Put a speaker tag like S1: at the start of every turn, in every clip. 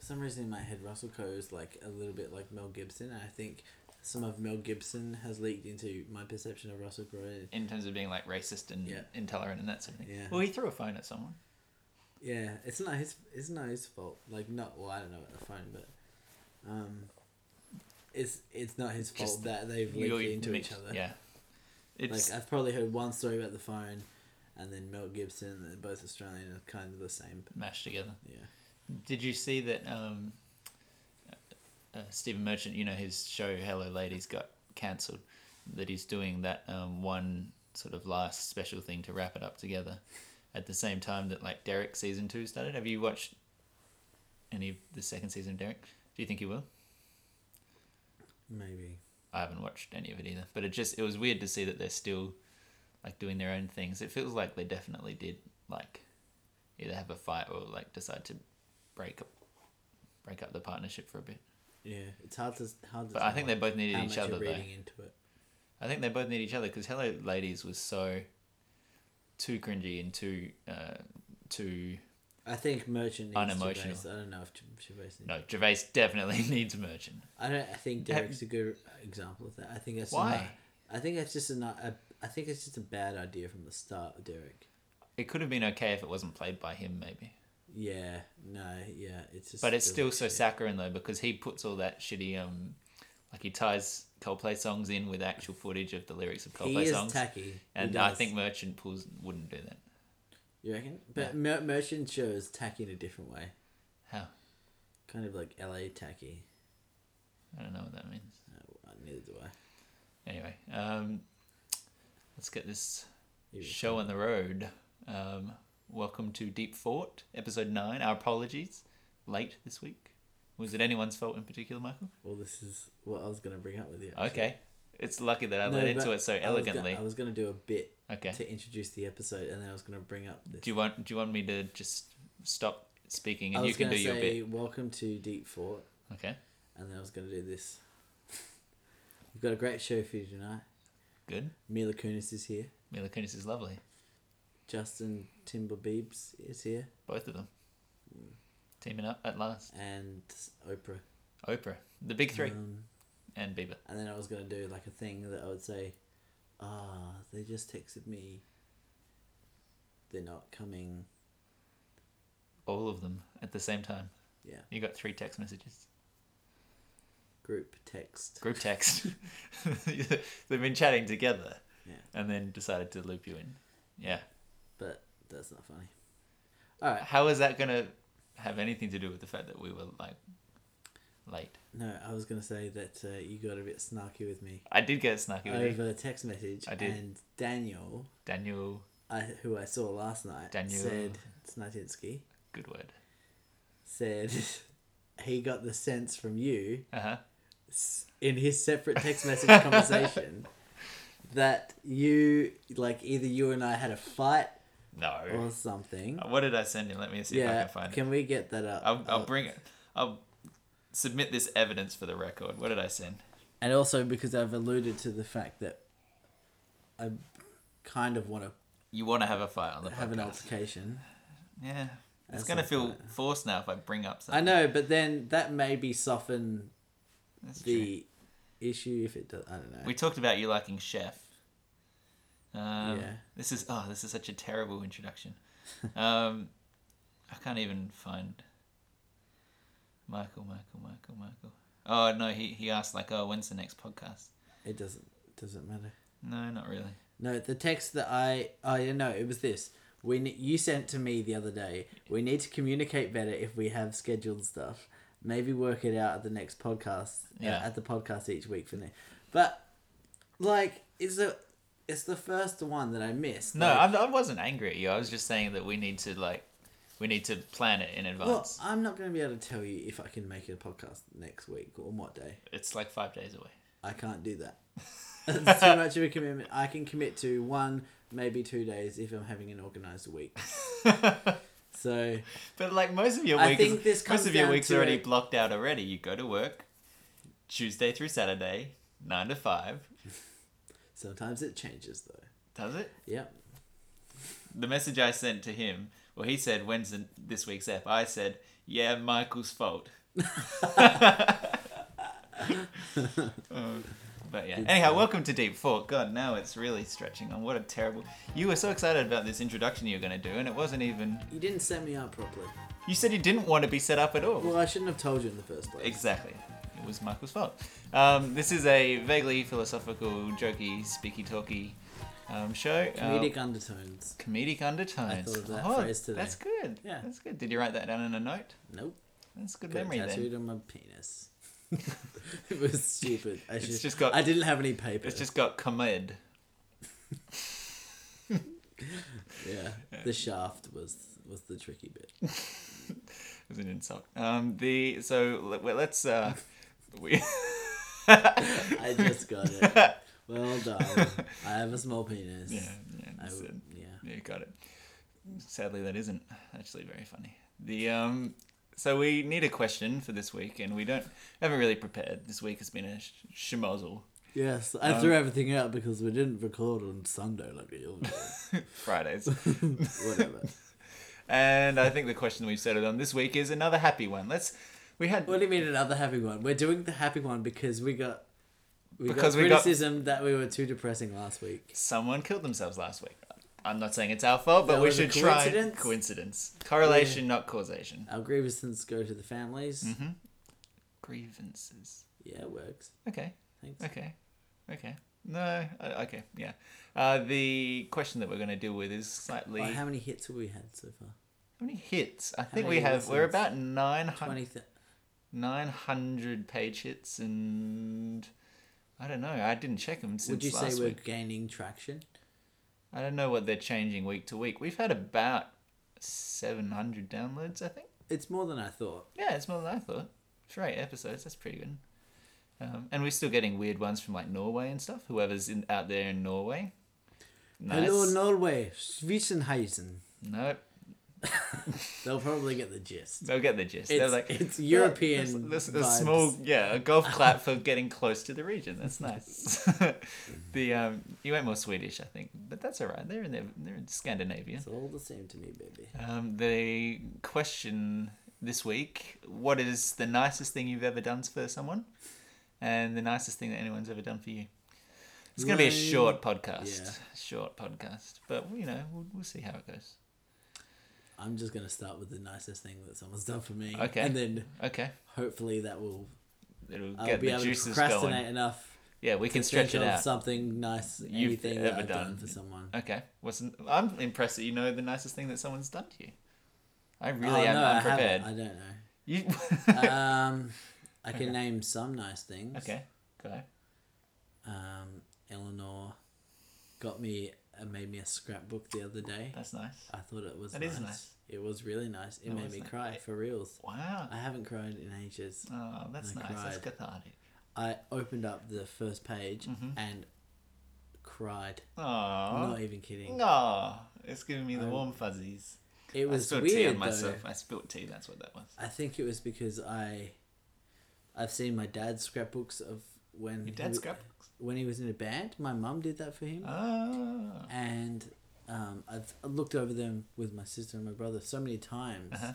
S1: some reason in my head, Russell Crowe is like a little bit like Mel Gibson. And I think some of Mel Gibson has leaked into my perception of Russell Crowe.
S2: in terms of being like racist and
S1: Yeah.
S2: intolerant and that sort of thing.
S1: Yeah.
S2: Well, he threw a phone at someone.
S1: Yeah, it's not his. It's not his fault. Like not. Well, I don't know about the phone, but um, it's it's not his fault
S2: Just
S1: that they've
S2: You-
S1: leaked
S2: you
S1: into
S2: mix-
S1: each other.
S2: Yeah. It's
S1: Like I've probably heard one story about the phone, and then Mel Gibson. They're both Australian and kind of the same.
S2: mashed together.
S1: Yeah.
S2: Did you see that um, uh, Stephen Merchant, you know, his show Hello Ladies got cancelled, that he's doing that um, one sort of last special thing to wrap it up together at the same time that like Derek season two started? Have you watched any of the second season of Derek? Do you think you will?
S1: Maybe.
S2: I haven't watched any of it either. But it just it was weird to see that they're still like doing their own things. It feels like they definitely did like either have a fight or like decide to break up break up the partnership for a bit.
S1: Yeah, it's hard to hard to.
S2: But I think they both needed
S1: how
S2: each
S1: much
S2: other
S1: you're
S2: though.
S1: reading into it.
S2: I think they both need each other because Hello Ladies was so uh, too cringy and too uh too
S1: I think Merchant needs
S2: Unemotional.
S1: Gervais. I don't know if Ge- Gervais needs.
S2: no Gervais definitely needs Merchant.
S1: I don't. I think Derek's a good example of that. I think that's
S2: Why?
S1: ano- I think that's just an. I, I think it's just a bad idea from the start, Derek.
S2: It could have been okay if it wasn't played by him maybe.
S1: Yeah. No. Yeah. It's just.
S2: But it's
S1: doesn't
S2: still so
S1: fit.
S2: saccharine though because he puts all that shitty um like he ties Coldplay songs in with actual footage of the lyrics of
S1: He
S2: Coldplay
S1: is
S2: songs.
S1: tacky. He
S2: and I
S1: does.
S2: think Merchant pulls wouldn't do that.
S1: You reckon? But Mer- Merchant shows tacky in a different way,
S2: How?
S1: kind of like LA tacky.
S2: I don't know what that means.
S1: Uh, neither do I.
S2: Anyway, um let's get this
S1: You-
S2: show on the road. Um welcome to Deep Fort, episode 9. Our apologies late this week. Was it anyone's fault in particular, Michael?
S1: Well, this is what I was gonna bring up with you. actually.
S2: Okay. It's lucky that I
S1: No,
S2: led into
S1: but
S2: it so
S1: I was gonna-
S2: elegantly.
S1: I was gonna do a bit
S2: okay.
S1: to introduce the episode, and then I was going to bring up this.
S2: Do you want Do you want me to just stop speaking
S1: I
S2: and
S1: was
S2: you can do
S1: gonna
S2: your
S1: say,
S2: bit?
S1: Welcome to Deep Fort,
S2: Okay,
S1: and then I was going to do this. We've got a great show for you tonight.
S2: good.
S1: Mila Kunis is here.
S2: Mila Kunis is lovely.
S1: Justin Timberbeebs is here,
S2: Both of them teaming up at last.
S1: and Oprah.
S2: Oprah, the big three,
S1: Um,
S2: and Bieber.
S1: and then I was going to do like a thing that I would say, ah, they just texted me. They're not coming.
S2: All of them at the same time.
S1: Yeah.
S2: You got three text messages.
S1: Group text.
S2: Group text. They've been chatting together,
S1: Yeah.
S2: and then decided to loop you in. Yeah.
S1: But that's not funny. All right.
S2: How is that gonna have anything to do with the fact that we were like late?
S1: No, I was going to say that uh, you got a bit snarky with me.
S2: I did get snarky with you.
S1: over a text message.
S2: I did.
S1: And Daniel,
S2: Daniel.
S1: I, who I saw last night,
S2: Daniel.
S1: said Snatinsky
S2: Good word.
S1: said he got the sense from you
S2: Uh huh.
S1: s- in his separate text message conversation that you like either you and I had a fight
S2: No.
S1: or something.
S2: What did I send him? Let me see if I
S1: yeah,
S2: can find it.
S1: we get that up?
S2: I'll, I'll
S1: Uh,
S2: bring it. I'll submit this evidence for the record. What did I send?
S1: and also because I've alluded to the fact that I kind of want to
S2: You want to have a fight on the
S1: have an
S2: podcast.
S1: altercation.
S2: Yeah.
S1: That's
S2: It's going to
S1: not
S2: feel
S1: bad.
S2: forced now if I bring up something.
S1: I know, but then that maybe soften
S2: That's true.
S1: the issue if it does. I don't know.
S2: We talked about you liking Chef. Um,
S1: Yeah.
S2: This is oh, this is such a terrible introduction. um, I can't even find Michael, Michael, Michael, Michael. Oh no, he he asked like, oh, when's the next podcast?
S1: It doesn't doesn't matter.
S2: No, not really.
S1: No, the text that I I don't know. It was this. We ne- you sent to me the other day. We need to communicate better if we have scheduled stuff. Maybe work it out at the next podcast.
S2: Yeah.
S1: Uh, at the podcast each week for now. But like, it's the it's the first one that I missed.
S2: No,
S1: Like,
S2: I, I wasn't angry at you. I was just saying that we need to like, we need to plan it in
S1: well,
S2: advance.
S1: I'm not going to be able to tell you if I can make a podcast next week or on what day.
S2: it's like five days away.
S1: I can't do that. That's too much of a commitment. I can commit to one, maybe two days if I'm having an organized week. so
S2: But like most of your
S1: I
S2: week,
S1: think
S2: is,
S1: this comes
S2: most of your
S1: down
S2: weeks
S1: to
S2: already
S1: it-
S2: blocked out already. You go to work Tuesday through Saturday, nine to five.
S1: sometimes it changes though.
S2: Does it?
S1: Yep.
S2: The message I sent to him, well, he said when's the, this week's app. I said yeah, Michael's fault. Um, but yeah. Anyhow, welcome to Deep Fork. God, now it's really stretching on. What a terrible. You were so excited about this introduction you were going to do, and it wasn't even.
S1: You didn't set me up properly.
S2: You said you didn't want to be set up at all.
S1: Well, I shouldn't have told you in the first place.
S2: Exactly. It was Michael's fault. Um, this is a vaguely philosophical, jokey, speaky talky um, show. Uh,
S1: Comedic undertones.
S2: comedic undertones. Oh,
S1: I thought of that phrase today.
S2: That's good.
S1: Yeah.
S2: That's good. Did you write that down in a note?
S1: Nope.
S2: That's a good
S1: Got
S2: memory then.
S1: tattooed on my penis. it was stupid. I should-
S2: just got-
S1: I didn't have any paper.
S2: It's just got comed.
S1: yeah. The shaft was was the tricky bit.
S2: It was an insult. Um, the so let- well, let's uh, we
S1: I just got it. Well done. I have a small penis.
S2: yeah, yeah,
S1: I
S2: that's
S1: w-
S2: it.
S1: yeah.
S2: Yeah, you got it. Sadly, that isn't actually very funny. The um, so we need a question for this week, and we don't haven't really prepared. This week has been a sh- schmozzle
S1: Yes, I
S2: Um,
S1: threw everything out because we didn't record on Sunday like we always
S2: Fridays,
S1: do. Whatever.
S2: and I think the question we've settled on this week is another happy one. Let's we had
S1: What do you mean another happy one? We're doing the happy one because we got we
S2: Because
S1: got
S2: we got-
S1: criticism that we were too depressing last week.
S2: someone killed themselves last week. I'm not saying it's our fault, but
S1: That
S2: we
S1: was a
S2: should try
S1: coincidence?
S2: coincidence, correlation, not causation.
S1: Our grievances go to the families.
S2: Mm-hmm. Grievances.
S1: Yeah, it works.
S2: Okay.
S1: Thanks.
S2: Okay. Okay. No. I- Okay. Yeah. Uh, the question that we're going to deal with is slightly.
S1: Oh,
S2: how
S1: how many hits have we had so far?
S2: many hits? I think
S1: many
S2: we have. We're
S1: listens?
S2: about 900,
S1: Twenty. Th-
S2: 900 page hits, and I don't know. I didn't check them since
S1: Would you say
S2: last
S1: we're
S2: week.
S1: gaining traction?
S2: I don't know what they're changing week to week. We've had about seven hundred downloads. I think.
S1: It's more than I thought.
S2: Yeah, it's more than I thought. For eight episodes, that's pretty good. Um, and we're still getting weird ones from like Norway and stuff. Whoever's in, out there in Norway. Nice.
S1: Hello, Norway, Schweizenheisen.
S2: Nope.
S1: They'll probably get the gist.
S2: They'll get the gist. They're
S1: It's,
S2: like
S1: it's
S2: "Yeah,
S1: European.
S2: This, this,
S1: vibes.
S2: a small, yeah, a golf clap for getting close to the region. That's nice. the um, you went more Swedish, I think, but that's all right. They're in their, they're in Scandinavia.
S1: It's all the same to me, baby.
S2: Um, the question this week: What is the nicest thing you've ever done for someone, and the nicest thing that anyone's ever done for you? It's going to be a
S1: Mine-
S2: short podcast.
S1: yeah.
S2: Short podcast, but you know, we'll, we'll see how it goes.
S1: I'm just gonna start with the nicest thing that someone's done for me,
S2: Okay.
S1: and then
S2: Okay,
S1: hopefully that will
S2: it'll
S1: I'll
S2: get
S1: be
S2: the
S1: able to
S2: juices
S1: procrastinate
S2: going.
S1: enough.
S2: Yeah, we can
S1: to
S2: stretch
S1: think
S2: it
S1: of
S2: out.
S1: Something nice,
S2: You've
S1: anything that
S2: ever
S1: I've done,
S2: done.
S1: for someone.
S2: Okay. What's n- I'm impressed that you know the nicest thing that someone's done to you. I really
S1: oh,
S2: am
S1: no,
S2: unprepared.
S1: I, haven't.
S2: You...
S1: I don't know. Um, I can name some nice things.
S2: okay. Go. ahead.
S1: Um, Eleanor got me uh, made me a scrapbook the other day.
S2: That's nice.
S1: I thought it was
S2: That
S1: nice.
S2: is nice.
S1: It was really nice. It
S2: No,
S1: made
S2: it's
S1: me
S2: not.
S1: cry for reals.
S2: Wow.
S1: I haven't cried in ages.
S2: Oh, that's
S1: I
S2: nice. That's
S1: cried.
S2: cathartic.
S1: I opened up the first page and cried.
S2: Mm-hmm. Oh.
S1: Not even kidding.
S2: No. It's giving me the warm fuzzies.
S1: It
S2: I
S1: was
S2: spilled tea
S1: weird
S2: on myself.
S1: though.
S2: I spilled tea. That's what that was.
S1: I think it was because I, I've seen my dad's scrapbooks of when
S2: Your dad's
S1: he, w-
S2: scrapbooks?
S1: when he was in a band. My mum did that for him,
S2: Oh.
S1: and um, I've looked over them with my sister and my brother so many times,
S2: Uh-huh.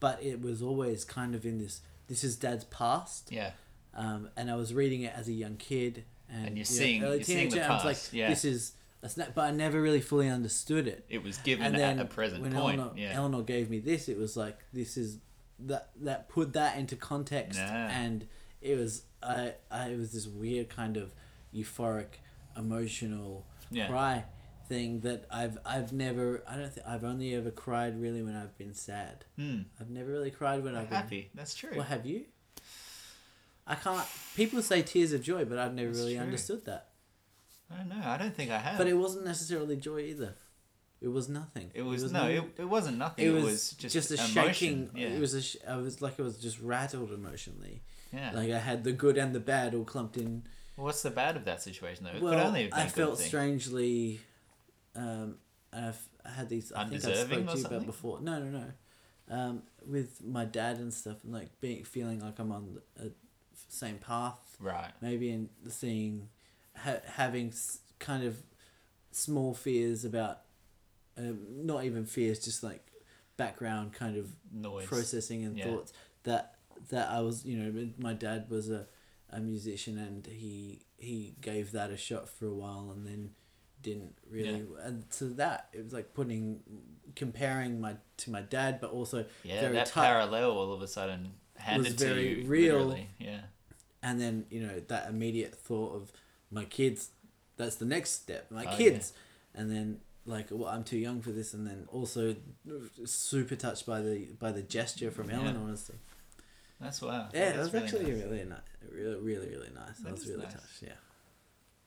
S1: but it was always kind of in this. This is dad's past,
S2: Yeah.
S1: um, and I was reading it as a young kid, and,
S2: And
S1: you know,
S2: you're seeing-
S1: early
S2: you're seeing the
S1: teenager, and I was
S2: past,
S1: like,
S2: yeah.
S1: this is a snap, but I never really fully understood it
S2: It was given at a present
S1: when
S2: point.
S1: Eleanor,
S2: yeah.
S1: Eleanor gave me this, it was like this is that that put that into context,
S2: Nah.
S1: and it was I, I it was this weird kind of euphoric, emotional
S2: Yeah.
S1: cry thing that I've I've never I don't think I've only ever cried really when I've been sad.
S2: Hmm.
S1: I've never really cried when I've been
S2: Happy. That's true.
S1: Well, have you? I can't. People say tears of joy, but I've never really
S2: true.
S1: understood that.
S2: I don't know. I don't think I have.
S1: But it wasn't necessarily joy either. It was nothing.
S2: It was, no, it, it wasn't nothing.
S1: it was,
S2: just,
S1: just, a
S2: emotion.
S1: shaking.
S2: Yeah.
S1: It was a sh- I was like I was just rattled emotionally.
S2: yeah.
S1: Like I had the good and the bad all clumped in.
S2: Well, What's the bad of that situation though? It could
S1: Well,
S2: only have been
S1: I
S2: a good
S1: felt
S2: thing.
S1: strangely. Um, and I've I had these. I think I
S2: Undeserving
S1: spoke
S2: or
S1: to you
S2: something?
S1: about before. No, no, no. Um, with my dad and stuff, and like being feeling like I'm on the same path
S2: Right.
S1: maybe in seeing ha- having s- kind of small fears about um, not even fears just like background kind of
S2: Noise.
S1: processing and
S2: Yeah.
S1: thoughts that that I was you know my dad was a, a musician and he he gave that a shot for a while and then didn't really and so that it was like putting comparing my to my dad but also
S2: Yeah,
S1: very
S2: that
S1: tight
S2: parallel all of a sudden handed to
S1: very
S2: you.
S1: real.
S2: Literally. Yeah.
S1: and then you know that immediate thought of my kids that's the next step my
S2: Oh,
S1: kids and then like well i'm too young for this and then also super touched by the by the gesture from
S2: Yeah.
S1: ellen honestly
S2: That's wow.
S1: yeah
S2: that's
S1: that was actually
S2: nice.
S1: really nice really really really nice
S2: That
S1: that was
S2: is
S1: really
S2: nice.
S1: touched yeah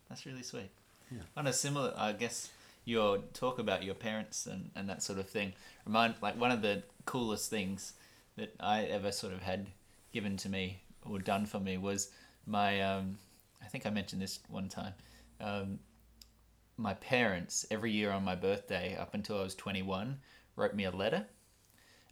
S2: That's really sweet.
S1: Yeah.
S2: On a similar, I guess your talk about your parents and, and that sort of thing remind like one of the coolest things that I ever sort of had given to me or done for me was my um, I think I mentioned this one time. Um, my parents every year on my birthday up until I was 21 wrote me a letter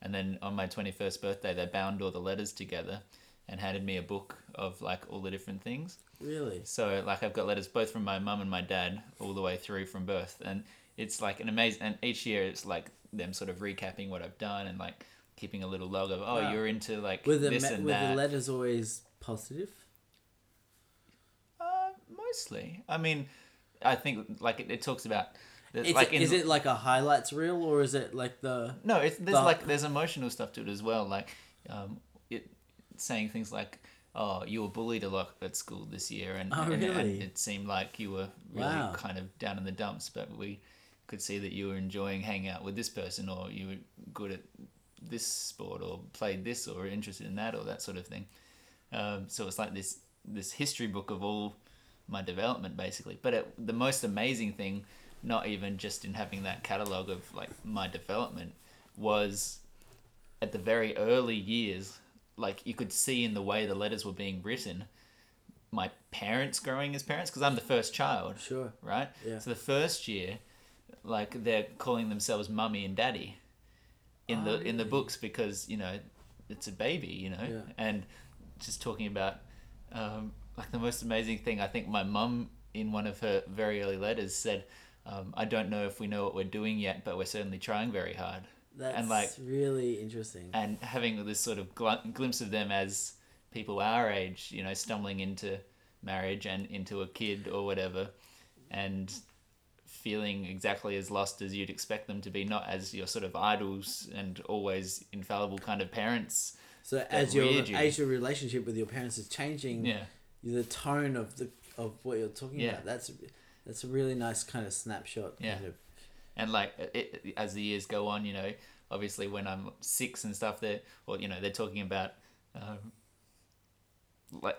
S2: and then on my 21st birthday they bound all the letters together and handed me a book of like all the different things
S1: really
S2: so like I've got letters both from my mum and my dad all the way through from birth, and it's like an amazing. And each year it's like them sort of recapping what I've done and like keeping a little log of oh
S1: Wow.
S2: you're into like
S1: with the
S2: this
S1: me-
S2: and
S1: with
S2: that.
S1: the letters always positive
S2: uh, mostly, I mean, I think like it, it talks about. that,
S1: is,
S2: like
S1: it,
S2: in,
S1: is it like a highlights reel or is it like the
S2: No, it's, there's
S1: But-
S2: like there's emotional stuff to it as well. Like, um, it saying things like, "Oh, you were bullied a lot at school this year," and,
S1: Oh,
S2: and, and
S1: really?
S2: it seemed like you were really
S1: Wow.
S2: kind of down in the dumps. But we could see that you were enjoying hanging out with this person, or you were good at this sport, or played this, or interested in that, or that sort of thing. Um, so it's like this this history book of all my development basically. But it, the most amazing thing, not even just in having that catalog of like my development, was at the very early years. Like you could see in the way the letters were being written, my parents growing as parents because I'm the first child,
S1: sure
S2: right?
S1: Yeah.
S2: So the first year, like they're calling themselves mummy and daddy in the in the books because you know it's a baby, you know,
S1: Ah. Yeah.
S2: and just talking about um, like the most amazing thing. I think my mum in one of her very early letters said, um, "I don't know if we know what we're doing yet, but we're certainly trying very hard."
S1: that's
S2: like-
S1: really interesting
S2: And having this sort of gl- glimpse of them as people our age, you know, stumbling into marriage and into a kid or whatever, and feeling exactly as lost as you'd expect them to be, not as your sort of idols and always infallible kind of parents.
S1: so as your
S2: weird you.
S1: as your relationship with your parents is changing
S2: Yeah.
S1: the tone of the of what you're talking
S2: Yeah.
S1: about. That's that's a really nice kind of snapshot.
S2: Yeah.
S1: Kind of.
S2: and like it, it- as the years go on you know obviously when i'm six and stuff they're or you know they're talking about um, like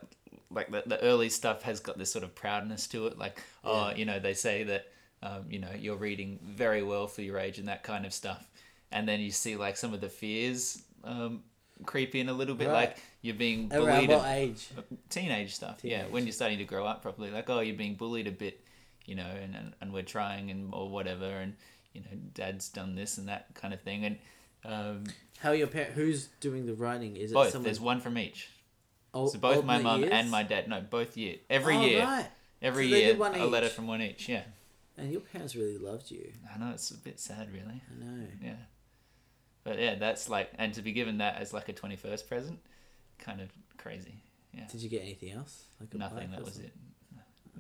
S2: like the, the early stuff has got this sort of proudness to it like oh
S1: Yeah.
S2: you know they say that um, you know you're reading very well for your age and that kind of stuff and then you see like some of the fears um, creep in a little bit
S1: Right.
S2: like you're being
S1: Around
S2: bullied
S1: what age?
S2: teenage stuff yeah
S1: Teenage.
S2: when you're starting to grow up properly like oh you're being bullied a bit you know and, and, and we're trying and or whatever and you know dad's done this and that kind of thing and um,
S1: How are your parent? Who's doing the writing? Is it
S2: both
S1: someone?
S2: there's one from each
S1: ol-
S2: so both my
S1: alternate
S2: mum
S1: years?
S2: and my dad no both year every
S1: Oh,
S2: year
S1: right.
S2: every
S1: So they
S2: year
S1: did one
S2: a letter
S1: each.
S2: from one each yeah
S1: And your parents really loved you.
S2: i know it's a bit sad really
S1: I know.
S2: yeah but yeah that's like and to be given that as like a 21st present kind of crazy
S1: Did you get anything else? Like
S2: nothing
S1: bike or
S2: that was
S1: something?
S2: it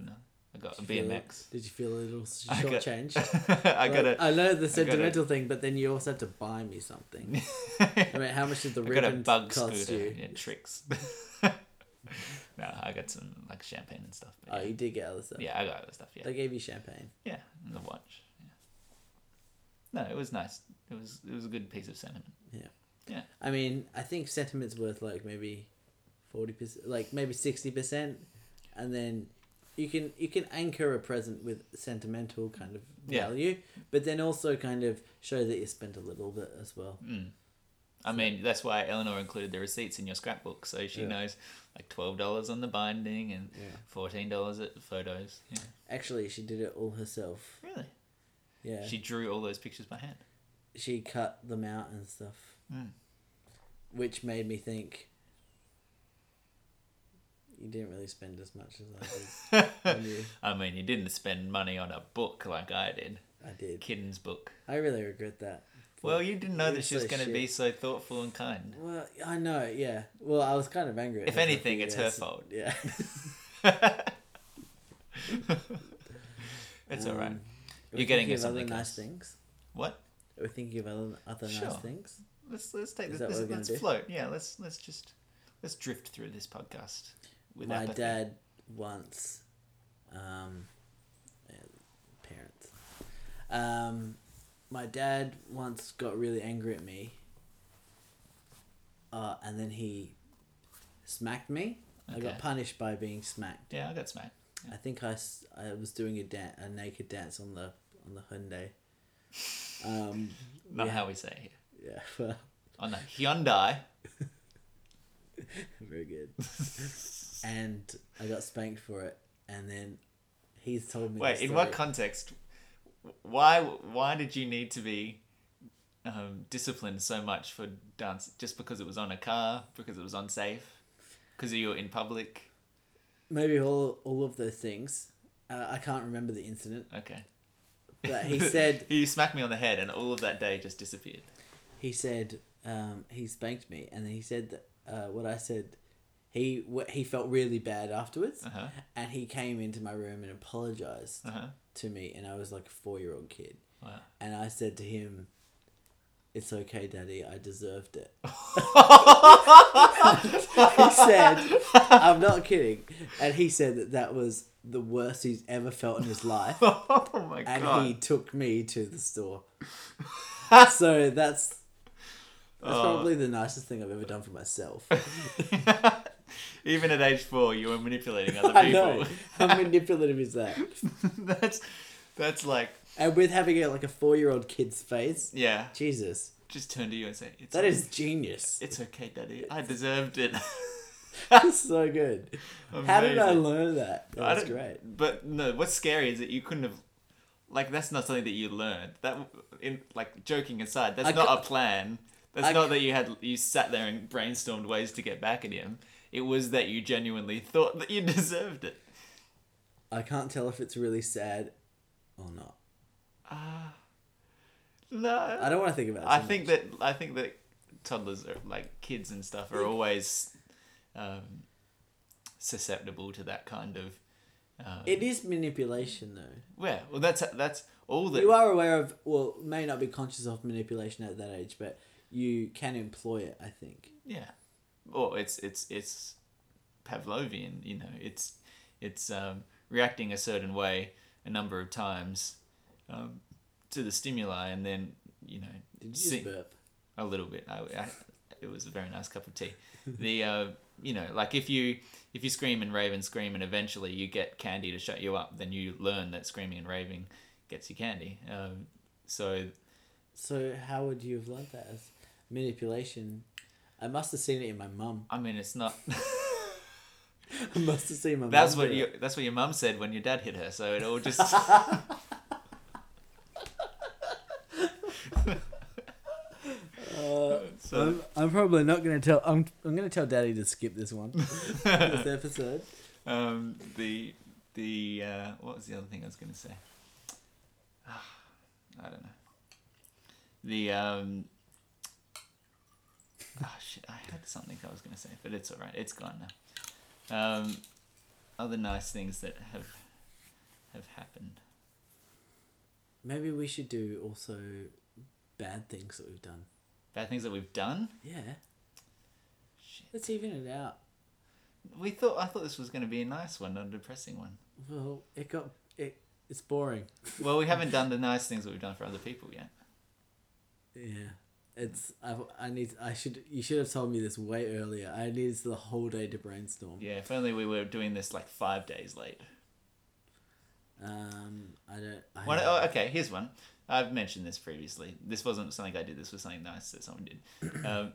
S2: no i got a
S1: Did you feel-
S2: bmx
S1: Did you feel a little s-
S2: I got-
S1: shortchanged?
S2: i
S1: Like,
S2: got a
S1: I know the
S2: gotta-
S1: sentimental thing, but then you also have to buy me something. I mean, how much did the
S2: I got a
S1: ribbon
S2: bug
S1: cost
S2: scooter.
S1: you?
S2: Yeah, tricks. no, I got some like champagne and stuff. But
S1: Oh,
S2: yeah.
S1: you did get other stuff.
S2: yeah, I got other stuff. Yeah,
S1: They gave you champagne.
S2: yeah, and the watch. Yeah. No, it was nice. It was it was a good piece of sentiment.
S1: I mean, I think sentiment's worth like maybe forty percent, like maybe sixty percent, and then you can you can anchor a present with sentimental kind of
S2: Yeah.
S1: value, but then also kind of show that you spent a little bit as well.
S2: Mm. I mean, that's why Eleanor included the receipts in your scrapbook, so she
S1: Yeah.
S2: knows like twelve dollars on the binding and
S1: Yeah.
S2: fourteen dollars at photos. Yeah.
S1: Actually, she did it all herself.
S2: Really,
S1: Yeah,
S2: she
S1: she,
S2: drew all those pictures by hand.
S1: cut them out and stuff,
S2: Mm.
S1: which made me think. You didn't really spend as much as I did. on you.
S2: I mean, you didn't spend money on a book like I did.
S1: I did.
S2: Kiddens book.
S1: I really regret that
S2: Well, you didn't know that
S1: It's
S2: she was
S1: like
S2: going to
S1: shit.
S2: be so thoughtful and kind.
S1: Well, I know, yeah. Well, I was kind of angry. At
S2: If
S1: her for a
S2: anything,
S1: few
S2: it's her
S1: days.
S2: fault.
S1: Yeah.
S2: It's all right.
S1: Um,
S2: You're
S1: we're
S2: getting
S1: thinking
S2: her
S1: of
S2: something
S1: other
S2: else.
S1: nice things.
S2: What?
S1: We're thinking of other other
S2: Sure.
S1: nice things.
S2: Let's let's take
S1: Is
S2: this.
S1: that what
S2: this
S1: we're gonna
S2: let's
S1: do?
S2: float. Yeah. Let's let's just let's drift through this podcast. With
S1: My
S2: apathy.
S1: dad once, um, uh, parents. Um, my dad once got really angry at me. Uh, and then he smacked me. I
S2: Okay.
S1: got punished by being smacked.
S2: Yeah, I got smacked.
S1: I think I, s- I was doing a dan- a naked dance on the on the Hyundai. Um,
S2: Not
S1: Yeah.
S2: how we say it. here.
S1: yeah, well,
S2: On the Hyundai.
S1: very good. and I got spanked for it, and then he's told me.
S2: Wait,
S1: the
S2: in what
S1: story.
S2: context? Why why did you need to be um, disciplined so much for dance? Just because it was on a car? Because it was unsafe? Because you were in public?
S1: Maybe all all of those things. Uh, I can't remember the incident,
S2: Okay.
S1: but he said
S2: he smacked me on the head, and all of that day just disappeared.
S1: he said um, he spanked me, and then he said that, uh, what I said. He wh- he felt really bad afterwards,
S2: Uh huh.
S1: and he came into my room and apologized
S2: Uh huh.
S1: to me, and I was like a four year old kid.
S2: Wow.
S1: And I said to him, It's okay, Daddy, I deserved it. he said, I'm not kidding. And he said that that was the worst he's ever felt in his life.
S2: Oh my
S1: And
S2: god.
S1: he took me to the store. so that's, that's
S2: Oh.
S1: probably the nicest thing I've ever done for myself.
S2: Even at age four, you were manipulating other
S1: I know.
S2: people.
S1: How manipulative is that?
S2: that's that's like
S1: And with having a, like a four year old kid's face,
S2: yeah.
S1: Jesus,
S2: Just turn to you and say, it's
S1: that is genius.
S2: It's okay, Daddy. I deserved it.
S1: That's so good. How did I
S2: Amazing.
S1: learn that?
S2: I
S1: That's
S2: don't-
S1: great.
S2: But no, what's scary is that you couldn't have. Like that's not something that you learned. That in like joking aside, that's
S1: I
S2: not
S1: cou-
S2: a plan. That's
S1: I
S2: not
S1: cou-
S2: that you had you sat there and brainstormed ways to get back at him. It was that you genuinely thought that you deserved it.
S1: I can't tell if it's really sad or not.
S2: No,
S1: I don't want to think about it.
S2: I
S1: too
S2: think
S1: much.
S2: that I think that toddlers are like kids and stuff are always um, susceptible to that kind of. Um,
S1: it is manipulation, though.
S2: yeah, well, that's that's all that
S1: You are aware of, well, may not be conscious of manipulation at that age, but you can employ it, I think.
S2: Yeah. Well, it's it's it's Pavlovian, you know. It's it's um, reacting a certain way a number of times um, to the stimuli, and then you know,
S1: Did you
S2: see-
S1: just burp?
S2: a little bit. I, I, it was a very nice cup of tea. The uh, you know, like if you if you scream and rave and scream, and eventually you get candy to shut you up, then you learn that screaming and raving gets you candy. Um, so
S1: So, how would you have learned that as manipulation? I must have seen it in my mum.
S2: I mean, it's not.
S1: I must have seen my mum.
S2: That's what
S1: do
S2: you.
S1: it.
S2: That's what your mum said when your dad hit her. So it all just.
S1: Uh,
S2: so
S1: I'm, I'm probably not going to tell. I'm, I'm going to tell daddy to skip this one. this episode.
S2: um, the the uh, what was the other thing I was going to say? Ah, I don't know. The um. Oh shit! I had something I was going to say, but it's all right. It's gone now. Um, other nice things that have have happened.
S1: Maybe we should do also bad things that we've done.
S2: Bad things that we've done.
S1: Yeah.
S2: Shit.
S1: Let's even it out.
S2: We thought I thought this was going to be a nice one, not a depressing one.
S1: Well, it got it. It's boring.
S2: Well, we haven't done the nice things that we've done for other people yet.
S1: Yeah. It's I, I need I should you should have told me this way earlier. I needed the whole day to brainstorm.
S2: Yeah, if only we were doing this like five days late.
S1: Um, I don't. I
S2: One, oh, okay, here's one. I've mentioned this previously. This wasn't something I did. This was something nice that someone did. um,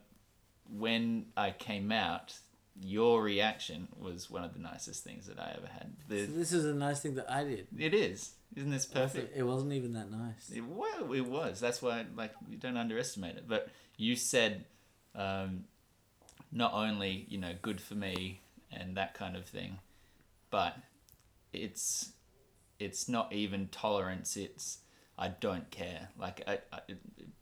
S2: when I came out, your reaction was one of the nicest things that I ever had.
S1: so
S2: The,
S1: this is a nice thing that I did.
S2: it is, isn't this perfect?
S1: It wasn't even that nice.
S2: It, well, it was. That's why, like, you don't underestimate it. But you said, um, not only you know, good for me and that kind of thing, but it's it's not even tolerance. It's I don't care. Like, I, I,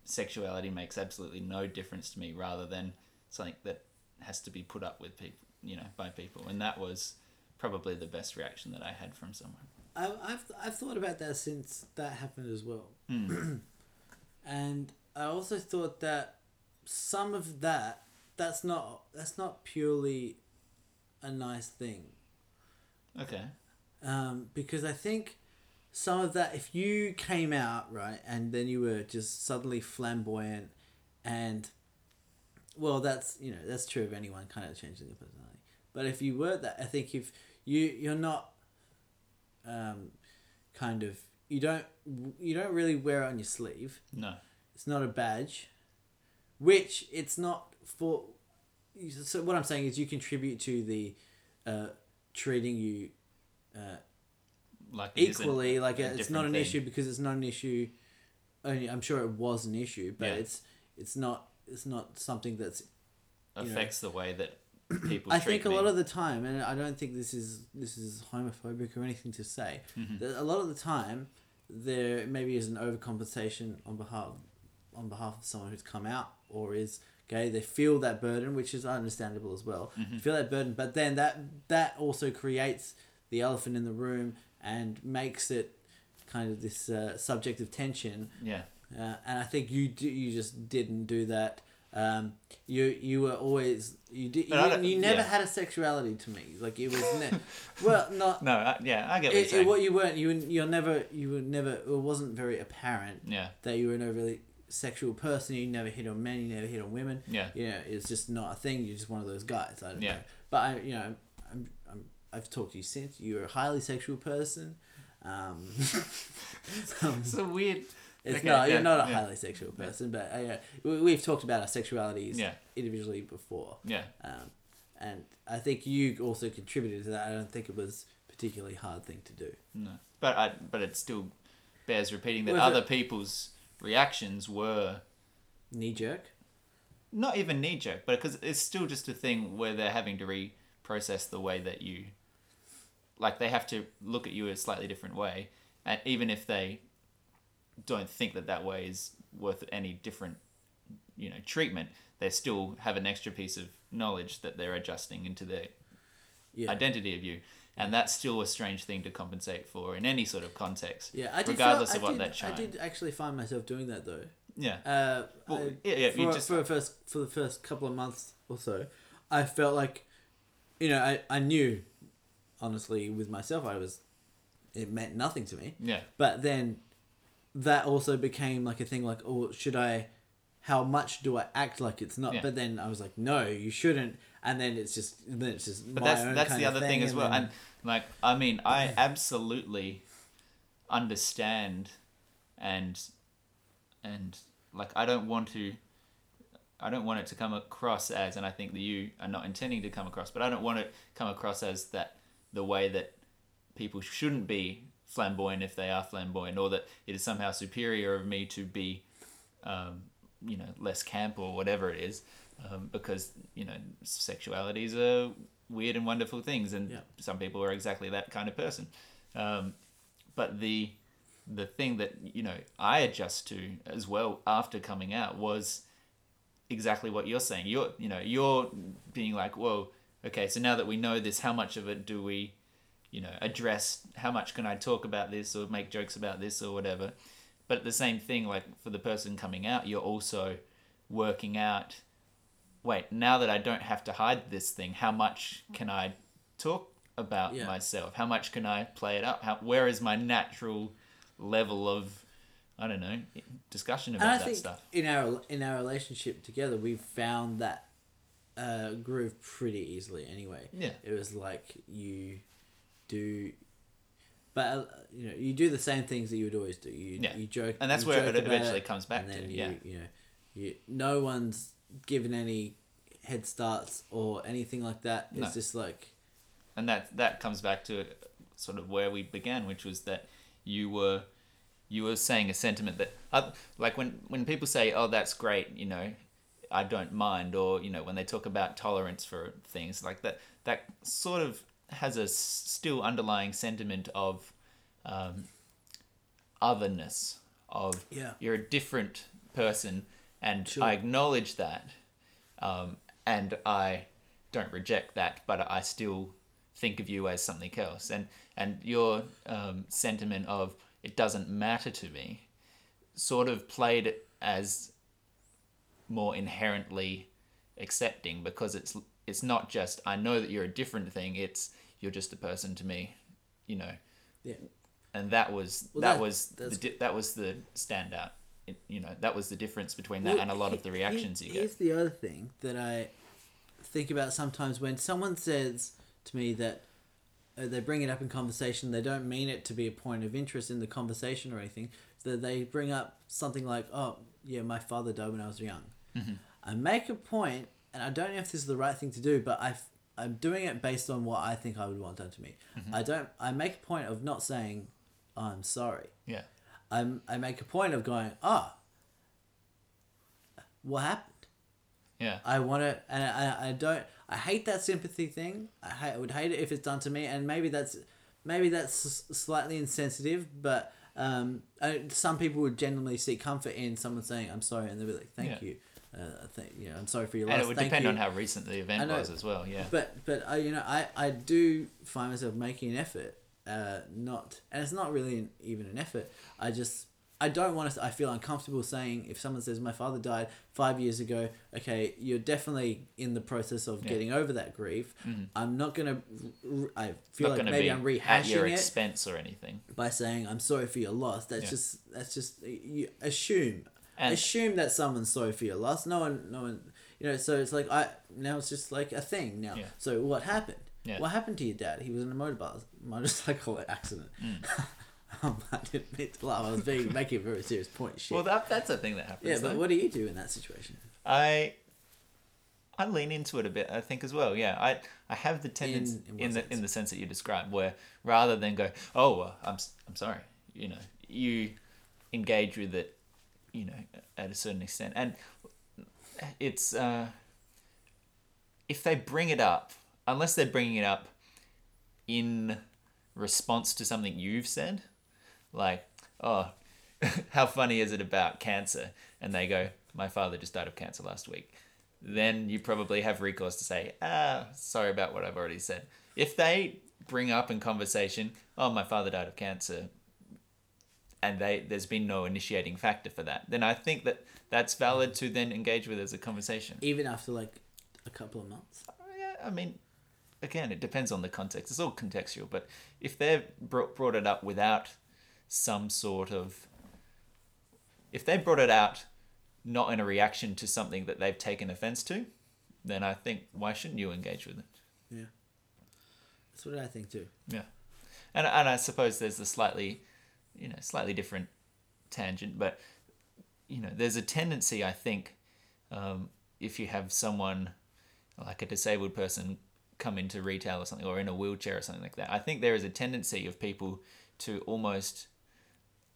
S2: sexuality makes absolutely no difference to me, rather than something that has to be put up with people, you know, by people. And that was probably the best reaction that I had from someone.
S1: I, I've I've thought about that since that happened as well, and I also thought that some of that that's not that's not purely a nice thing
S2: Okay.
S1: um, because I think some of that, if you came out right and then you were just suddenly flamboyant, and well, that's you know that's true of anyone kind of changing their personality. But if you were that, I think if you you're not, um, kind of you don't you don't really wear it on your sleeve.
S2: No.
S1: It's not a badge, which it's not for. So what I'm saying is, you contribute to the uh, treating you
S2: Like it isn't
S1: equally like
S2: a
S1: it's
S2: different
S1: not an
S2: thing.
S1: issue because it's not an issue only i'm sure it was an issue but
S2: Yeah.
S1: it's it's not it's not something that's know.
S2: affects the way that people.
S1: i
S2: treat
S1: think a
S2: me.
S1: lot of the time and i don't think this is this is homophobic or anything to say
S2: Mm-hmm.
S1: that a lot of the time there maybe is an overcompensation on behalf on behalf of someone who's come out or is gay they feel that burden which is understandable as well
S2: Mm-hmm.
S1: feel that burden but then that that also creates the elephant in the room and makes it kind of this uh, subject of tension
S2: yeah,
S1: uh, and I think you do, you just didn't do that. Um, you you were always you did
S2: But I
S1: you,
S2: don't-
S1: you never
S2: yeah.
S1: had a sexuality to me like it was ne- well not
S2: no, I, yeah, I get what
S1: it,
S2: you're
S1: it, what
S2: saying.
S1: you weren't you were, you're never you were never it wasn't very apparent
S2: Yeah,
S1: that you were an overly sexual person you never hit on men you never hit on women
S2: Yeah.
S1: you know it's just not a thing you're just one of those guys I don't
S2: Yeah.
S1: know but I you know I'm, I'm I've talked to you since you're a highly sexual person um, um,
S2: it's a weird.
S1: it's
S2: Okay,
S1: not
S2: yeah,
S1: you're not a
S2: yeah,
S1: highly sexual person, but uh, yeah, we, we've talked about our sexualities
S2: Yeah.
S1: individually before,
S2: Yeah,
S1: um, and I think you also contributed to that. I don't think it was a particularly hard thing to do.
S2: no, but I but it still bears repeating that
S1: Was
S2: other people's reactions were
S1: Knee jerk.
S2: not even knee jerk, but because it's still just a thing where they're having to reprocess the way that you, like they have to look at you a slightly different way, and even if they don't think that that way is worth any different, you know, treatment, they still have an extra piece of knowledge that they're adjusting into their
S1: Yeah.
S2: identity of you, and that's still a strange thing to compensate for in any sort of context.
S1: yeah, I did.
S2: regardless
S1: feel-
S2: of what
S1: I did,
S2: that shine.
S1: I did actually find myself doing that though.
S2: Yeah.
S1: Uh,
S2: Well,
S1: I-
S2: yeah, yeah,
S1: for,
S2: you just-
S1: for the first for the first couple of months or so, I felt like, you know, I, I knew, honestly, with myself, I was, it meant nothing to me.
S2: Yeah.
S1: But then that also became like a thing like, oh, should I, how much do I act like it's not?
S2: Yeah.
S1: But then I was like, no, you shouldn't. And then it's just, then it's just,
S2: but that's that's the other thing, as well. And like, I mean, I absolutely understand, and and like, I don't want to, I don't want it to come across as, and I think that you are not intending to come across, but I don't want it to come across as that the way that people shouldn't be flamboyant if they are flamboyant, or that it is somehow superior of me to be, um, you know, less camp or whatever it is, um, because you know, sexualities are weird and wonderful things, and
S1: Yeah.
S2: some people are exactly that kind of person. Um, but the the thing that you know I adjust to as well after coming out was exactly what you're saying. You're you know you're being like, whoa, okay, so now that we know this, how much of it do we, you know, address? How much can I talk about this or make jokes about this or whatever? But the same thing, like for the person coming out, you're also working out. Wait, now that I don't have to hide this thing, how much can I talk about
S1: Yeah.
S2: myself? How much can I play it up? How, where is my natural level of, I don't know, discussion about
S1: and I
S2: that
S1: think
S2: stuff?
S1: in our in our relationship together, we found that uh, groove pretty easily. Anyway,
S2: Yeah.
S1: it was like you do, but uh, you know, you do the same things that you would always do. You
S2: Yeah.
S1: you joke,
S2: And that's
S1: you
S2: where
S1: joke
S2: it
S1: about
S2: eventually comes back
S1: and then
S2: to,
S1: You,
S2: yeah.
S1: you know, you no one's given any head starts or anything like that. It's
S2: No.
S1: just like
S2: and that that comes back to sort of where we began, which was that you were you were saying a sentiment that uh, like when when people say, "Oh, that's great," you know, I don't mind, or you know, when they talk about tolerance for things like that, that sort of has a s- still underlying sentiment of um, otherness of
S1: Yeah.
S2: you're a different person, and
S1: Sure.
S2: I acknowledge that, um, and I don't reject that, but I still think of you as something else. And and your um, sentiment of it doesn't matter to me, sort of played as more inherently accepting because it's it's not just I know that you're a different thing. It's you're just a person to me, you know.
S1: Yeah.
S2: And that was
S1: Well,
S2: that,
S1: that-
S2: was the,
S1: that's-
S2: di- that was the standout. It- you know, that was the difference between that
S1: Well,
S2: and a lot of the
S1: he- he-
S2: reactions you
S1: Here's
S2: get.
S1: the other thing that I think about sometimes when someone says to me that uh, they bring it up in conversation, they don't mean it to be a point of interest in the conversation or anything. So they bring up something like, "Oh, yeah, my father died when I was young."
S2: Mm-hmm.
S1: I make a point, and I don't know if this is the right thing to do, but I am doing it based on what I think I would want done to me.
S2: Mm-hmm.
S1: I don't. I make a point of not saying, "I'm sorry."
S2: Yeah.
S1: I I make a point of going, ah, what happened?
S2: Yeah.
S1: I want to, and I, I don't. I hate that sympathy thing. I, hate, I would hate it if it's done to me, and maybe that's maybe that's s- slightly insensitive, but um, I, some people would genuinely seek comfort in someone saying, "I'm sorry," and they'll be like, "Thank
S2: Yeah.
S1: you." Uh, I think you know, I'm sorry for your loss.
S2: and it would
S1: Thank
S2: depend
S1: you."
S2: on how recent
S1: I
S2: the event
S1: know.
S2: was as well. Yeah.
S1: But but I you know I I do find myself making an effort. Uh, not and it's not really an, even an effort. I just I don't want to. I feel uncomfortable saying if someone says my father died five years ago. Okay, you're definitely in the process of getting over that grief. I'm not gonna. r- I feel
S2: Mm-hmm. not
S1: like
S2: going
S1: maybe
S2: to
S1: I'm
S2: be at your
S1: rehashing it
S2: expense or anything.
S1: by saying I'm sorry for your loss. That's
S2: Yeah.
S1: just that's just you assume
S2: And-
S1: assume that someone's sorry for your loss. No one, no one, you know. So it's like I now it's just like a thing now.
S2: Yeah.
S1: So what happened?
S2: Yeah.
S1: What happened to your dad? He was in a motorbike motorcycle accident.
S2: Mm.
S1: um, I didn't mean to laugh. I was being making a very serious point. Shit.
S2: Well, that that's a thing that happens.
S1: yeah, but
S2: though.
S1: what do you do in that situation?
S2: I I lean into it a bit, I think as well. Yeah, I I have the tendency
S1: in
S2: in,
S1: what
S2: the
S1: sense?
S2: in the sense that you described, where rather than go, oh, uh, I'm s- I'm sorry, you know, you engage with it, you know, at a certain extent, and it's uh, if they bring it up, unless they're bringing it up in response to something you've said, like, oh, how funny is it about cancer? And they go, my father just died of cancer last week. Then you probably have recourse to say, ah, sorry about what I've already said. If they bring up in conversation, oh, my father died of cancer, and they there's been no initiating factor for that, then I think that that's valid to then engage with as a conversation.
S1: Even after like a couple of months.
S2: Oh, Yeah, I mean, again, it depends on the context. It's all contextual, but if they've brought, brought it up without some sort of. If they brought it out not in a reaction to something that they've taken offense to, then I think why shouldn't you engage with it?
S1: Yeah. That's what I think too.
S2: Yeah. And, and I suppose there's a slightly, you know, slightly different tangent, but, you know, there's a tendency, I think, um, if you have someone like a disabled person come into retail or something, or in a wheelchair or something like that, I think there is a tendency of people to almost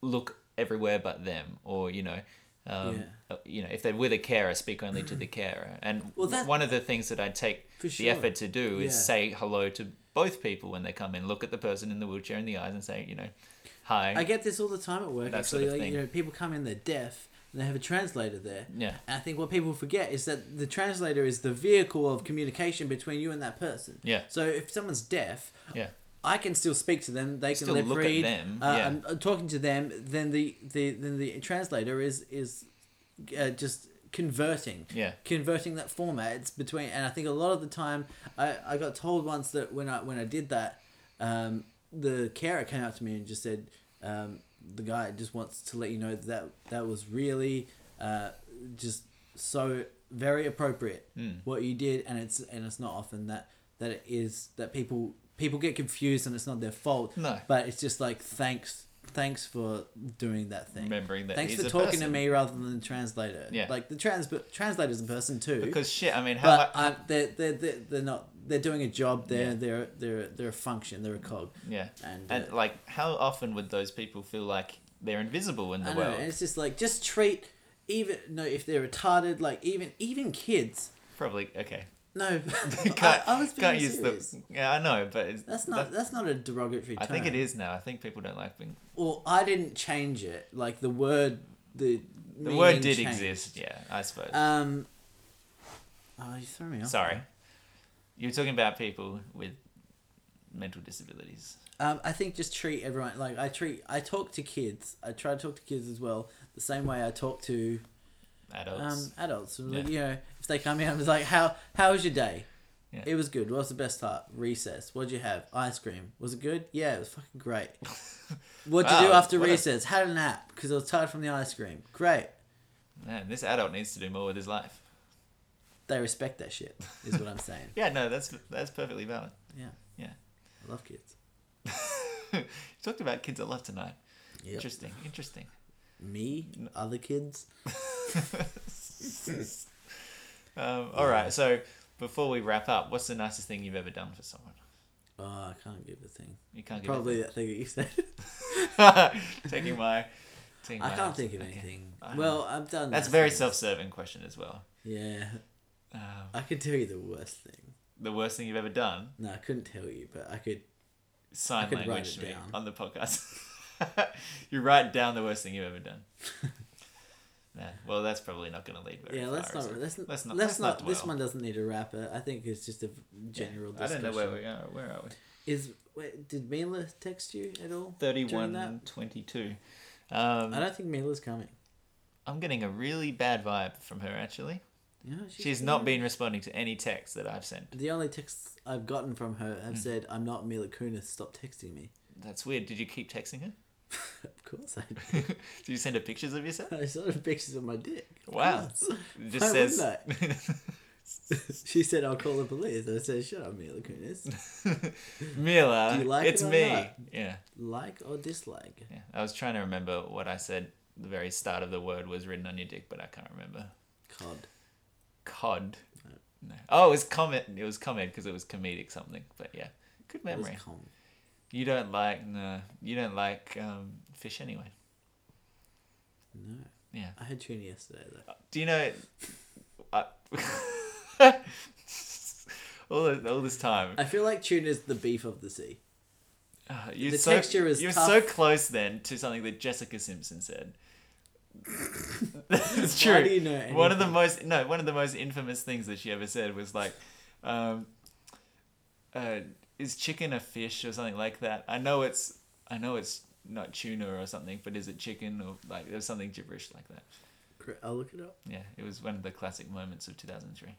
S2: look everywhere but them, or, you know, um, uh, you know, if they're with a carer, speak only to the carer. And
S1: Well, that-
S2: one of the things that I take
S1: For
S2: the
S1: sure.
S2: effort to do is
S1: Yeah.
S2: say hello to both people when they come in. Look at the person in the wheelchair in the eyes and say, you know, hi.
S1: I get this all the time at work.
S2: That
S1: actually,
S2: sort of
S1: like,
S2: thing.
S1: you know, people come in, they're deaf, and they have a translator there.
S2: Yeah.
S1: And I think what people forget is that the translator is the vehicle of communication between you and that person.
S2: Yeah.
S1: So if someone's deaf,
S2: yeah.
S1: I can still speak to them. They
S2: Still
S1: can lip
S2: look at
S1: read.
S2: them,
S1: Uh,
S2: yeah.
S1: I'm, I'm talking to them. Then the, the then the translator is is uh, just converting.
S2: Yeah.
S1: Converting that format. It's between, and I think a lot of the time, I, I got told once that when I when I did that, um, the carer came up to me and just said, um, the guy just wants to let you know that that was really uh, just so very appropriate
S2: Hmm.
S1: what you did, and it's and it's not often that that it is that people people get confused and it's not their fault.
S2: No.
S1: but it's just like thanks thanks for doing that thing.
S2: Remembering that
S1: thanks
S2: he's
S1: for
S2: a
S1: talking to
S2: person.
S1: me rather than the translator.
S2: Yeah.
S1: like the trans translator's a person too.
S2: Because shit, I mean, how
S1: but
S2: much?
S1: uh, they're, they're, they're, they're not they're doing a job they're
S2: Yeah.
S1: they're they're they're a function they're a cog
S2: yeah.
S1: and,
S2: And
S1: uh,
S2: like, how often would those people feel like they're invisible in the
S1: I know,
S2: world?
S1: and it's just like just treat even no if they're retarded, like even even kids.
S2: Probably okay.
S1: No,
S2: can't,
S1: I, I was being
S2: can't use
S1: serious.
S2: the. Yeah, I know, but it's,
S1: That's not that's not a derogatory
S2: I
S1: term.
S2: think it is now. I think people don't like being.
S1: Well, I didn't change it. Like the word, the
S2: The word
S1: meaning
S2: did
S1: changed.
S2: exist. Yeah, I suppose.
S1: Um. Oh, you threw me off.
S2: Sorry, you were talking about people with mental disabilities.
S1: Um, I think just treat everyone like I treat. I talk to kids. I try to talk to kids as well, the same way I talk to
S2: Adults.
S1: um, adults.
S2: Yeah.
S1: You know, if they come in, I'm just like, "How how was your day?
S2: Yeah.
S1: It was good. What was the best part? Recess. What'd you have? Ice cream. Was it good? Yeah, it was fucking great. Um. What'd you do
S2: Wow,
S1: after
S2: what a-
S1: recess? Had a nap because I was tired from the ice cream. Great.
S2: Man, this adult needs to do more with his life.
S1: They respect that shit. Is what I'm saying.
S2: Yeah, no, that's that's perfectly valid.
S1: Yeah.
S2: Yeah.
S1: I love kids.
S2: you talked about kids a lot tonight.
S1: Yeah.
S2: Interesting, interesting.
S1: Me, other kids.
S2: Um, all right, so before we wrap up, what's the nicest thing you've ever done for someone?
S1: Oh, I can't give a thing.
S2: You can't give
S1: Probably that thing that you said.
S2: it. taking my, taking
S1: I
S2: my
S1: can't
S2: answer.
S1: think of
S2: Okay.
S1: anything.
S2: I don't
S1: Well, I've done.
S2: That's
S1: nice
S2: very
S1: things.
S2: self-serving question as well.
S1: Yeah,
S2: Um,
S1: I could tell you the worst thing.
S2: the worst thing you've ever done,
S1: No, I couldn't tell you, but I could.
S2: sign
S1: I could write
S2: language
S1: it
S2: to me
S1: down.
S2: on the podcast. you write down the worst thing you've ever done. Man, well, that's probably not going to lead very
S1: Yeah,
S2: far.
S1: let's
S2: is
S1: not.
S2: it?
S1: Let's,
S2: let's
S1: let's
S2: not-
S1: not.
S2: let's
S1: Let's
S2: not
S1: not. This
S2: dwell.
S1: one doesn't need a wrapper. I think it's just a general.
S2: I don't
S1: Discussion.
S2: know where we are. Where are we?
S1: is. Wait, did Mila text you at all? during
S2: Thirty-one
S1: that?
S2: twenty-two.
S1: I
S2: Um,
S1: don't think Mila's coming.
S2: I'm getting a really bad vibe from her actually.
S1: You know,
S2: She's not been responding to any text that I've sent.
S1: The only texts I've gotten from her
S2: Hmm.
S1: have said, "I'm not Mila Kunis. Stop texting me."
S2: That's weird. Did you keep texting her?
S1: Of course, I
S2: Did you send her pictures of yourself?
S1: I saw the pictures of my dick. Of
S2: Wow.
S1: course.
S2: It just
S1: Why
S2: says
S1: she said, "I'll call the police." I said, "Shut up, Mila Kunis.
S2: Mila.
S1: Do you like
S2: it's
S1: it or
S2: me.
S1: not?
S2: Yeah,
S1: Like or dislike?"
S2: yeah. I was trying to remember what I said. The very start of the word was written on your dick, but I can't remember.
S1: Cod.
S2: Cod. No. Oh, it was comment. It was comment because it was comedic something. But yeah, good
S1: That was
S2: memory.
S1: com.
S2: You don't like no. You don't like um, fish anyway.
S1: No,
S2: Yeah.
S1: I had tuna yesterday though.
S2: Do you know? I, all this, all this time.
S1: I feel like tuna's the beef of the sea.
S2: Ah, you're
S1: The
S2: so,
S1: texture is
S2: You're
S1: tough.
S2: so close then to something that Jessica Simpson said. That's true.
S1: Why do you know? Anything?
S2: one of the most no, one of the most infamous things that she ever said was like, um, uh, "Is chicken a fish or something like that?" I know it's I know it's not tuna or something, but is it chicken or like there was something gibberish like that.
S1: Cr- I'll look it up.
S2: Yeah, it was one of the classic moments of 2003.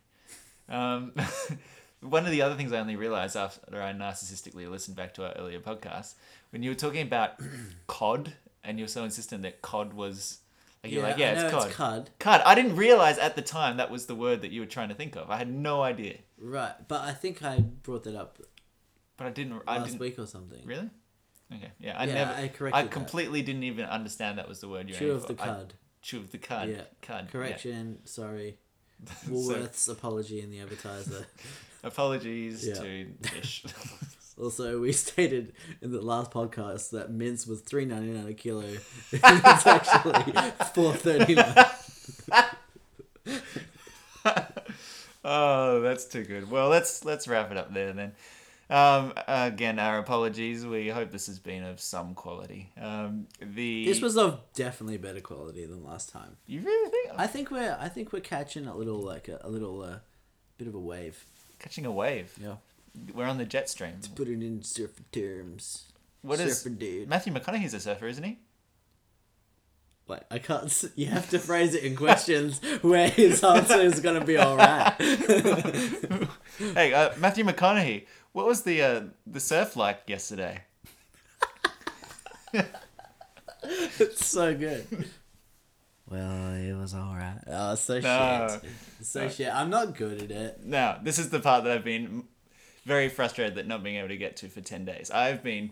S2: Um, one of the other things I only realized after I narcissistically listened back to our earlier podcast, when you were talking about cod and you were so insistent that cod was, like, you're like,
S1: I
S2: yeah,
S1: know
S2: it's cod.
S1: It's cod.
S2: cod. I didn't realize at the time that was the word that you were trying to think of. I had no idea.
S1: Right, but I think I brought that up
S2: But I didn't. I
S1: last
S2: didn't
S1: week or something.
S2: really. Okay. Yeah, I
S1: Yeah,
S2: never.
S1: I
S2: I,
S1: corrected that.
S2: completely didn't even understand that was the word you were
S1: Chew
S2: aiming
S1: of the
S2: for. I-
S1: cod.
S2: chew of the cod.
S1: Yeah,
S2: Cod. yeah.
S1: Correction. Sorry.
S2: So-
S1: Woolworths apology in the advertiser.
S2: Apologies
S1: Yeah.
S2: to fish.
S1: Also, we stated in the last podcast that mince was three ninety nine a kilo. it's actually four thirty nine.
S2: oh, that's too good. Well, let's let's wrap it up there then. Um, again, our apologies. We hope this has been of some quality. Um, the
S1: This was of definitely better quality than last time.
S2: you really think
S1: I think we're I think we're catching a little like a, a little uh, bit of a wave.
S2: catching a wave.
S1: Yeah.
S2: We're on the jet stream.
S1: Put it in surfer terms.
S2: What is
S1: surfer dude?
S2: Matthew McConaughey's a surfer, isn't he?
S1: What I can't. s- You have to phrase it in questions where his answer is gonna be all right.
S2: Hey, uh, Matthew McConaughey. What was the uh, the surf like yesterday?
S1: It's so good. Well, it was all right. Oh, so
S2: No.
S1: shit. So shit. I'm not good at it.
S2: Now, this is the part that I've been very frustrated that not being able to get to for 10 days. I've been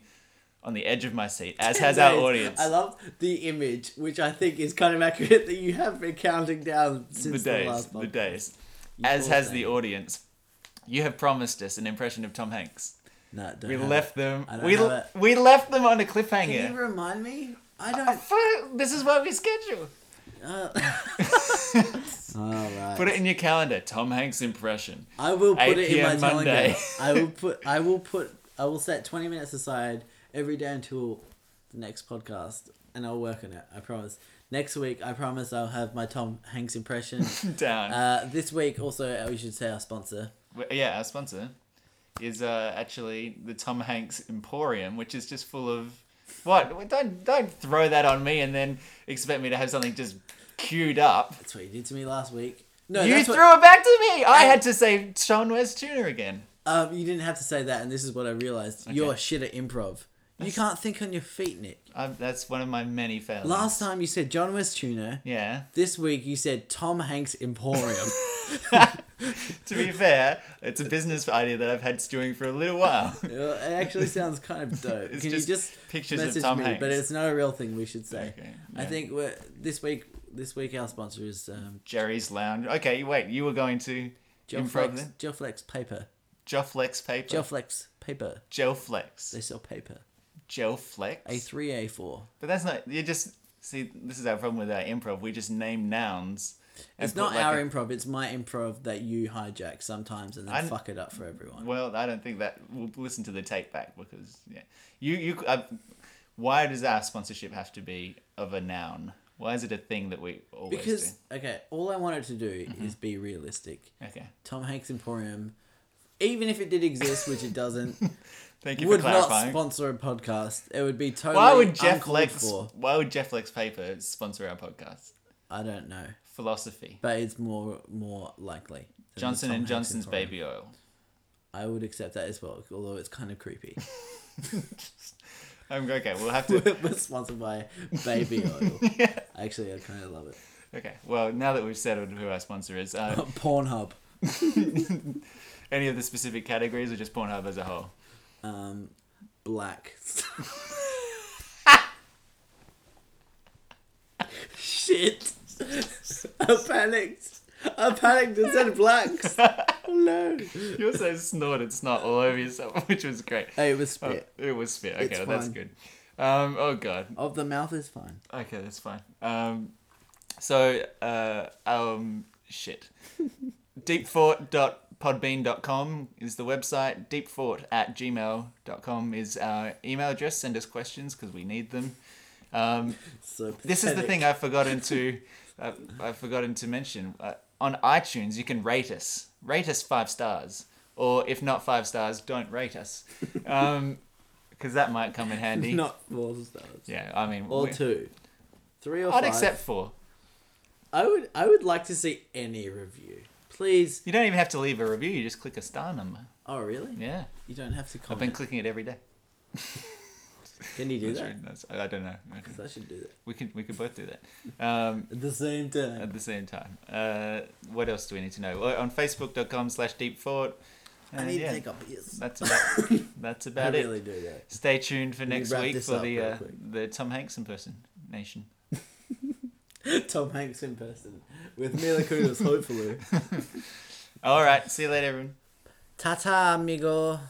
S2: on the edge of my seat, as has our
S1: Anyways,
S2: audience.
S1: I love the image, which I think is kind of accurate, that you have been counting down
S2: the
S1: since the,
S2: days,
S1: last
S2: the,
S1: podcast.
S2: days. As
S1: poor
S2: has
S1: thing.
S2: the audience. You have promised us an impression of Tom Hanks.
S1: No, don't
S2: We
S1: have
S2: left them.
S1: I don't
S2: We,
S1: have
S2: l-
S1: it.
S2: we left them on a
S1: It. Can
S2: cliffhanger.
S1: you remind me? I
S2: Oh,
S1: don't.
S2: fuck, this is what we schedule.
S1: Uh, All right.
S2: Put it in your calendar. Tom Hanks impression.
S1: I will put
S2: 8
S1: it in my
S2: PM Monday.
S1: calendar. I will put. I will put. I will set twenty minutes aside every day until the next podcast, and I'll work on it. I promise. Next week, I promise I'll have my Tom Hanks impression.
S2: Down.
S1: uh, this week, also, uh, we should say our sponsor.
S2: Well, yeah, our sponsor is uh, actually the Tom Hanks Emporium, which is just full of what? Well, Don't don't throw that on me and then expect me to have something just queued up.
S1: That's what you did to me last week. No,
S2: you
S1: that's
S2: threw
S1: what-
S2: it back to me. I had to say Sean West Jr. again.
S1: Um, you didn't have to say that, and this is what I realized. You're shit at improv. You can't think on your feet, Nick.
S2: i that's one of my many failures.
S1: Last time you said John West Tuner.
S2: yeah.
S1: This week you said Tom Hanks Emporium.
S2: To be fair, it's a business idea that I've had stewing for a little while.
S1: Well, it actually sounds kind of dope.
S2: It's
S1: Can
S2: just
S1: you just
S2: pictures of
S1: message
S2: Tom
S1: me?
S2: Hanks.
S1: But it's not a real thing. We should say.
S2: Okay,
S1: I
S2: yeah.
S1: think we're, this week. This week our sponsor is um,
S2: Jerry's Lounge. Okay, wait. You were going to improv
S1: Joflex.
S2: then?
S1: Joflex paper.
S2: Oh. Joflex paper.
S1: Joflex paper.
S2: Gelflex.
S1: They sell paper.
S2: Gelflex.
S1: A three, A four.
S2: But that's not. You just see. This is our problem with our improv. We just name nouns. and
S1: It's
S2: put
S1: not
S2: like
S1: our
S2: a-
S1: improv. It's my improv that you hijack sometimes and then
S2: I'm-
S1: fuck it up for everyone.
S2: well, I don't think that we'll listen to the tape back because yeah, you you. Uh, why does our sponsorship have to be of a noun? Why is it a thing that we always
S1: Because okay, all I wanted to do
S2: Mm-hmm.
S1: is be realistic.
S2: do? Okay,
S1: Tom Hanks Emporium, even if it did exist, which it doesn't,
S2: thank you
S1: would
S2: for
S1: not
S2: clarifying.
S1: sponsor a podcast. It would be totally
S2: why would Jeff
S1: uncalled
S2: Lex?
S1: for.
S2: Why would Jeff Lex Paper sponsor our podcast?
S1: I don't know,
S2: Philosophy.
S1: but it's more more likely. than the
S2: Johnson
S1: Tom
S2: and
S1: Hanks
S2: Johnson's
S1: Emporium.
S2: baby oil.
S1: I would accept that as well, although it's kind of creepy.
S2: Um, okay, we'll have to.
S1: We're sponsored by baby oil. Actually, I kind of love it.
S2: Okay, well, now that we've settled who our sponsor is, uh,
S1: Pornhub.
S2: any of the specific categories or just Pornhub as a whole?
S1: um, black. Shit! I panicked. I panicked and said blacks. Oh no!
S2: You also snorted snot all over yourself, which was great.
S1: Hey, it was
S2: Oh,
S1: spit.
S2: it was spit. Okay,
S1: It's
S2: well, that's
S1: fine.
S2: good. Um, oh god.
S1: Of the mouth is fine.
S2: Okay, that's fine. Um, so uh, um, shit. deepfort.podbean.com is the website. Deepfort at gmail.com is our email address. Send us questions because we need them. Um,
S1: So
S2: this is the
S1: pathetic.
S2: thing I've forgotten to uh, I've forgotten to mention. Uh, on iTunes, you can rate us. Rate us five stars, or if not five stars, don't rate us, because that might come in handy.
S1: Not four stars.
S2: yeah, I mean,
S1: Or
S2: we-
S1: two, three or
S2: I'd
S1: five.
S2: accept four.
S1: I would. I would like to see any review, please.
S2: You don't even have to leave a review. You just click a star number.
S1: Oh really?
S2: Yeah,
S1: You don't have to
S2: I've been
S1: comment.
S2: clicking it every day.
S1: Can you do
S2: That's
S1: that?
S2: right. That's- I I don't know. I don't
S1: 'Cause
S2: know.
S1: I should do that
S2: We could we could both do that. Um,
S1: at the same time.
S2: at the same time. Uh, what else do we need to know? Well, on facebook.com slash deepfort.
S1: I need
S2: yeah,
S1: to take up piss.
S2: That's about, that's
S1: I
S2: about it.
S1: really do that.
S2: Stay tuned for
S1: me
S2: next
S1: wrap
S2: week
S1: this
S2: for
S1: up
S2: the
S1: real
S2: uh,
S1: quick.
S2: the Tom Hanks impersonation.
S1: Tom Hanks in person with Mila Kunis, hopefully.
S2: All right, see you later, everyone.
S1: Ta ta, amigo.